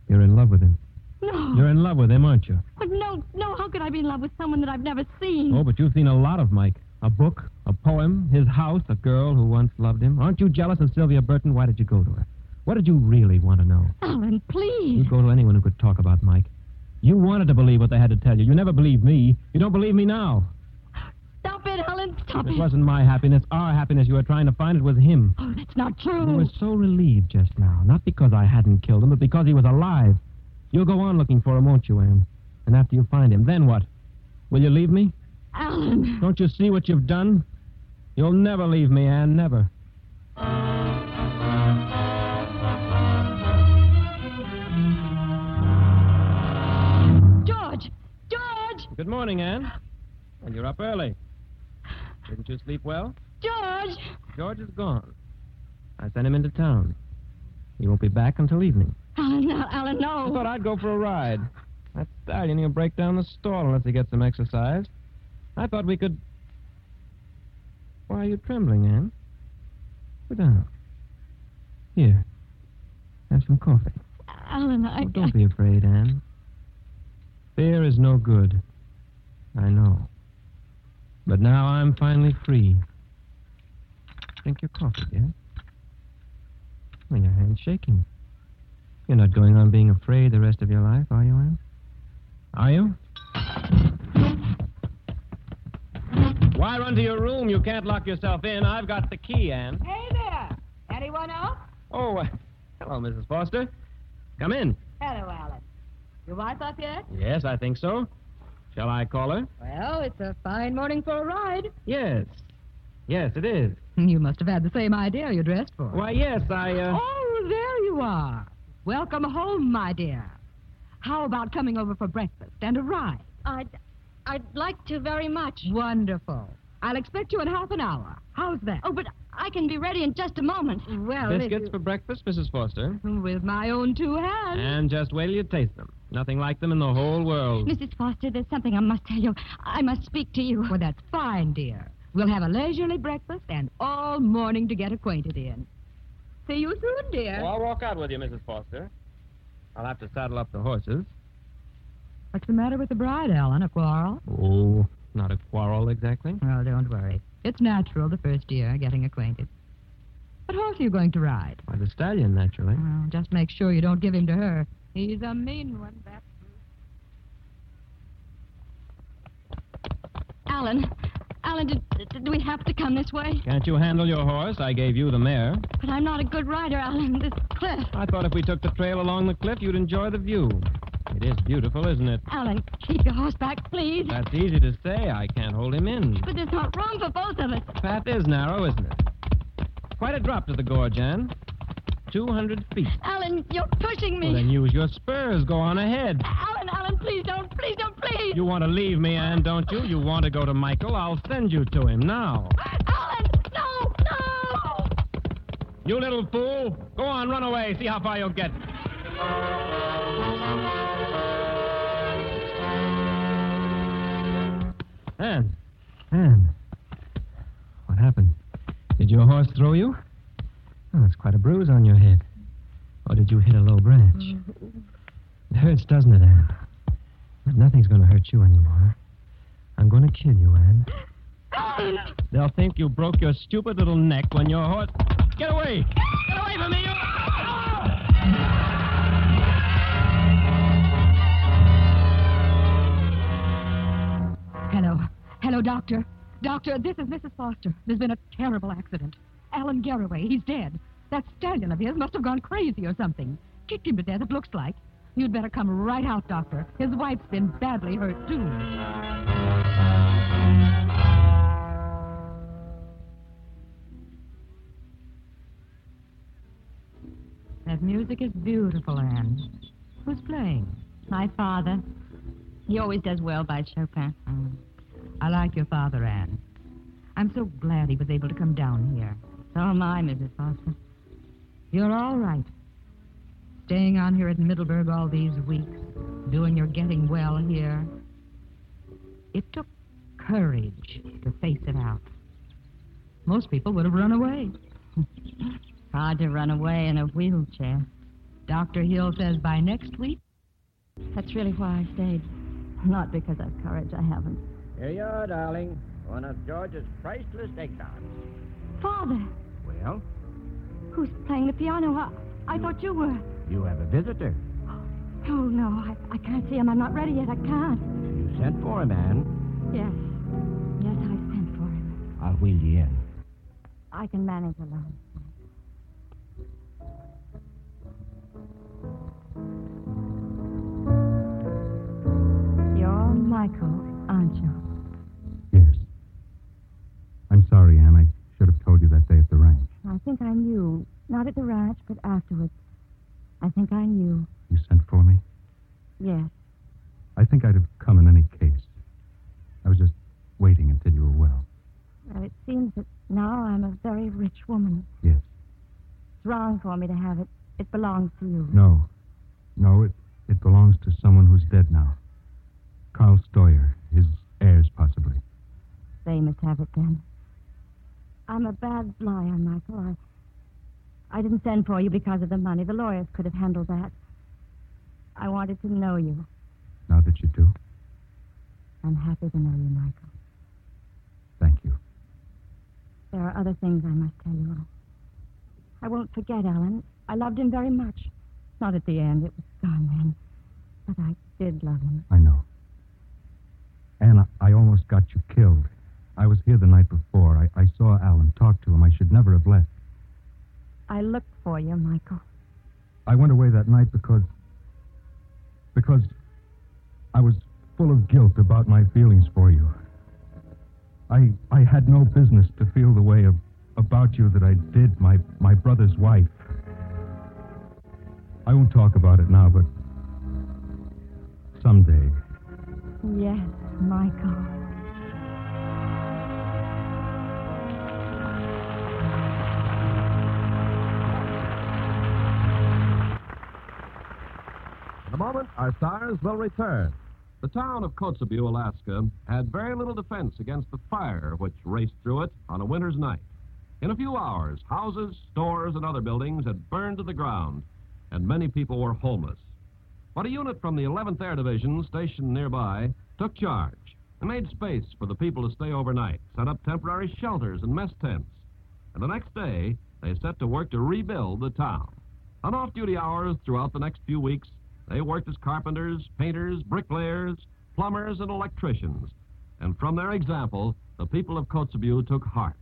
S3: You're in love with him.
S4: No.
S3: You're in love with him, aren't you?
S4: Oh, no, no, how could I be in love with someone that I've never seen?
S3: Oh, but you've seen a lot of Mike. A book, a poem, his house, a girl who once loved him. Aren't you jealous of Sylvia Burton? Why did you go to her? What did you really want to know?
S4: Alan, please.
S3: You go to anyone who could talk about Mike. You wanted to believe what they had to tell you. You never believed me. You don't believe me now.
S4: Stop it, Helen. Stop
S3: It wasn't my happiness, our happiness you were trying to find. It was him.
S4: Oh, that's not
S3: You were
S4: true.
S3: so relieved just now, not because I hadn't killed him, but because he was alive. You'll go on looking for him, won't you, Anne? And after you find him, then what? Will you leave me?
S4: Alan.
S3: Don't you see what you've done? You'll never leave me, Anne, never.
S4: George! George!
S3: Good morning, Anne. Well, you're up early. Didn't you sleep well?
S4: George!
S3: George is gone. I sent him into town. He won't be back until evening.
S4: Alan, no, Alan, no.
S3: I thought I'd go for a ride. That stallion will break down the stall unless he gets some exercise. I thought we could. Why are you trembling, Anne? Sit down. Here. Have some coffee.
S4: Alan, I.
S3: Oh, don't be afraid, Anne. Fear is no good. I know. But now I'm finally free. Drink your coffee, dear. Well, your hand's shaking. You're not going on being afraid the rest of your life, are you, Anne? Are you? Why run to your room? You can't lock yourself in. I've got the key, Anne.
S19: Hey there. Anyone else?
S3: Oh, uh, hello, Mrs. Foster. Come in.
S19: Hello, Alan. Your wife up yet?
S3: Yes, I think so. Shall I call her?
S19: Well, it's a fine morning for a ride.
S3: Yes. Yes, it is.
S6: You must have had the same idea you dressed for.
S3: Why, yes, I, uh.
S6: Oh, there you are. Welcome home, my dear. How about coming over for breakfast and a ride?
S4: I'd, I'd like to very much.
S6: Wonderful. I'll expect you in half an hour. How's that?
S4: Oh, but I can be ready in just a moment.
S6: Well, if
S3: Biscuits for breakfast, Mrs. Foster.
S6: you- with my own two hands.
S3: And just wait till you taste them. Nothing like them in the whole
S6: Oh.
S3: world.
S4: Mrs. Foster, there's something I must tell you. I must speak to you.
S6: Well, that's fine, dear. We'll have a leisurely breakfast and all morning to get acquainted in. See you soon, dear.
S3: Well, I'll walk out with you, Mrs. Foster. I'll have to saddle up the horses.
S6: What's the matter with the bride, Ellen? A quarrel?
S3: Oh, not a quarrel exactly.
S6: Well, don't worry. It's natural the first year, getting acquainted. What horse are you going to ride?
S3: Why, the stallion, naturally.
S6: Well, just make sure you don't give him to her. He's a mean one, that.
S4: Alan, Alan, did, did we have to come this way?
S3: Can't you handle your horse? I gave you the mare.
S4: But I'm not a good rider, Alan. This cliff.
S3: I thought if we took the trail along the cliff, you'd enjoy the view. It is beautiful, isn't it?
S4: Alan, keep your horse back, please.
S3: That's easy to say. I can't hold him in.
S4: But there's not room for both of us.
S3: The path is narrow, isn't it? Quite a drop to the gorge, Anne. 200 feet.
S4: Alan, you're pushing me.
S3: Well, then use your spurs. Go on ahead.
S4: Alan, Alan, please don't. Please don't, please.
S3: You want to leave me, Anne, don't you? You want to go to Michael. I'll send you to him now.
S4: Alan, no, no.
S3: You little fool. Go on, run away. See how far you'll get. Anne. Anne. What happened? Did your horse throw you? Oh, that's quite a bruise on your head. Or did you hit a low branch? It hurts, doesn't it, Anne? But nothing's going to hurt you anymore. I'm going to kill you, Anne. They'll think you broke your stupid little neck when your horse. Get away! Get away from me! You...
S4: Hello. Hello, Doctor. Doctor, this is Mrs. Foster.
S6: There's been a terrible accident. Alan Garraway, he's dead. That stallion of his must have gone crazy or something. Kicked him to death, it looks like. You'd better come right out, Doctor. His wife's been badly hurt, too.
S4: That music is beautiful, Anne. Who's playing? My father. He always does well by Chopin.
S6: Mm. I like your father, Anne. I'm so glad he was able to come down here.
S4: So am I, Mrs. Foster.
S6: You're all right. Staying on here at Middleburg all these weeks, doing your getting well here. It took courage to face it out. Most people would have run away.
S4: Hard to run away in a wheelchair.
S6: Dr. Hill says by next week,
S4: That's really why I stayed. Not because I've courage, I haven't.
S20: Here you are, darling. One of George's priceless eggnogs.
S4: Father,
S20: Well,
S4: who's playing the piano? I, I thought you were.
S20: you have a visitor.
S4: Oh, no, I, I can't see him. I'm not ready yet. I can't.
S20: You sent for him, Anne.
S4: Yes. Yes, I sent for him.
S20: I'll wheel you in.
S13: I can manage alone.
S4: You're Michael, aren't you?
S14: Yes. I'm sorry, Anne. I should have told you that day at the ranch.
S13: I think I knew. Not at the ranch, but afterwards. I think I knew.
S14: You sent for me.
S13: Yes.
S14: I think I'd have come in any case. I was just waiting until you were well.
S13: Well, it seems that now I'm a very rich woman.
S14: Yes.
S13: It's wrong for me to have it. It belongs to you.
S14: No. No, it, it belongs to someone who's dead now. Carl Stoyer, his heirs, possibly.
S13: They must have it then. I'm a bad liar, Michael. I, I didn't send for you because of the money. The lawyers could have handled that. I wanted to know you.
S14: Now that you do,
S13: I'm happy to know you, Michael.
S14: thank you.
S13: There are other things I must tell you. I won't forget Alan. I loved him very much. Not at the end. It was gone then. But I did love him.
S14: I know. Anna, I almost got you killed. I was here the night before. I, I saw Alan, talked to him. I should never have left.
S13: I looked for you, Michael.
S14: I went away that night because. because I was full of guilt about my feelings for you. I, I had no business to feel the way of, about you that I did, my, my brother's wife. I won't talk about it now, but someday.
S4: Yes, Michael.
S1: In a moment, our stars will return.
S11: The town of Kotzebue, Alaska, had very little defense against the fire which raced through it on a winter's night. In a few hours, houses, stores, and other buildings had burned to the ground, and many people were homeless. But a unit from the 11th Air Division, stationed nearby, took charge and made space for the people to stay overnight, set up temporary shelters and mess tents. And the next day, they set to work to rebuild the town. On off duty hours throughout the next few weeks, they worked as carpenters, painters, bricklayers, plumbers, and electricians. And from their example, the people of Kotzebue took heart.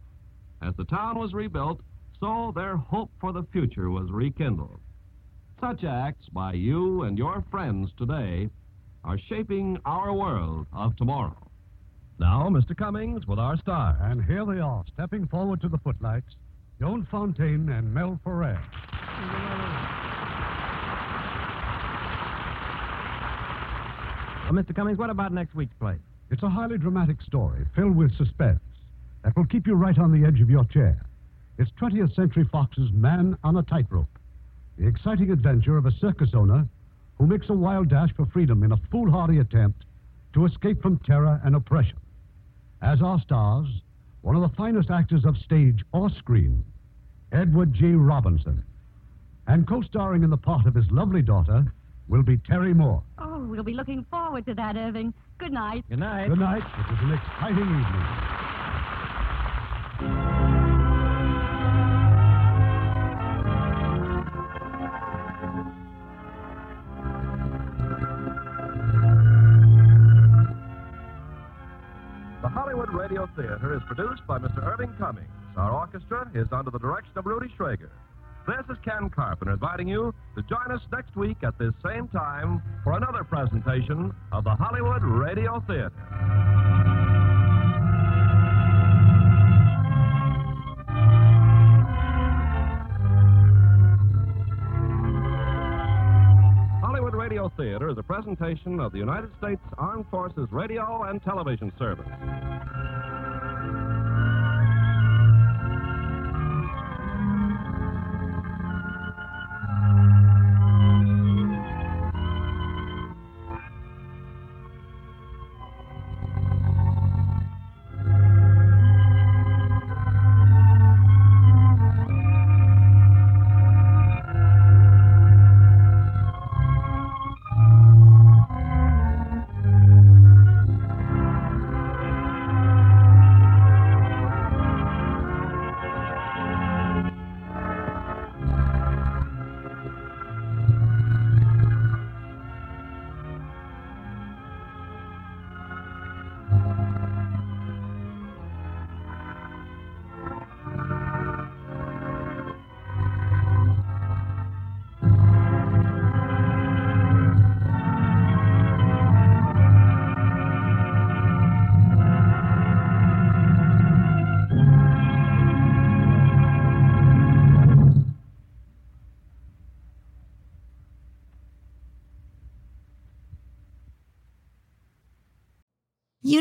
S11: As the town was rebuilt, so their hope for the future was rekindled. Such acts by you and your friends today are shaping our world of tomorrow. Now, Mr. Cummings with our star.
S2: And here they are, stepping forward to the footlights Joan Fontaine and Mel Ferrer.
S3: Well, Mr. Uh, Cummings, what about next week's play?
S2: It's a highly dramatic story filled with suspense that will keep you right on the edge of your chair. It's 20th Century Fox's Man on a Tightrope, the exciting adventure of a circus owner who makes a wild dash for freedom in a foolhardy attempt to escape from terror and oppression. As our stars, one of the finest actors of stage or screen, Edward G. Robinson. And co starring in the part of his lovely daughter will be Terry Moore.
S4: Oh, we'll be looking forward to that, Irving. Good night.
S3: Good night.
S2: Good night. It was an exciting evening.
S1: The Hollywood Radio Theater is produced by Mr. Irving Cummings. Our orchestra is under the direction of Rudy Schrager. This is Ken Carpenter inviting you to join us next week at this same time for another presentation of the Hollywood Radio Theater.
S11: Hollywood Radio Theater is a presentation of the United States Armed Forces Radio and Television Service.
S15: You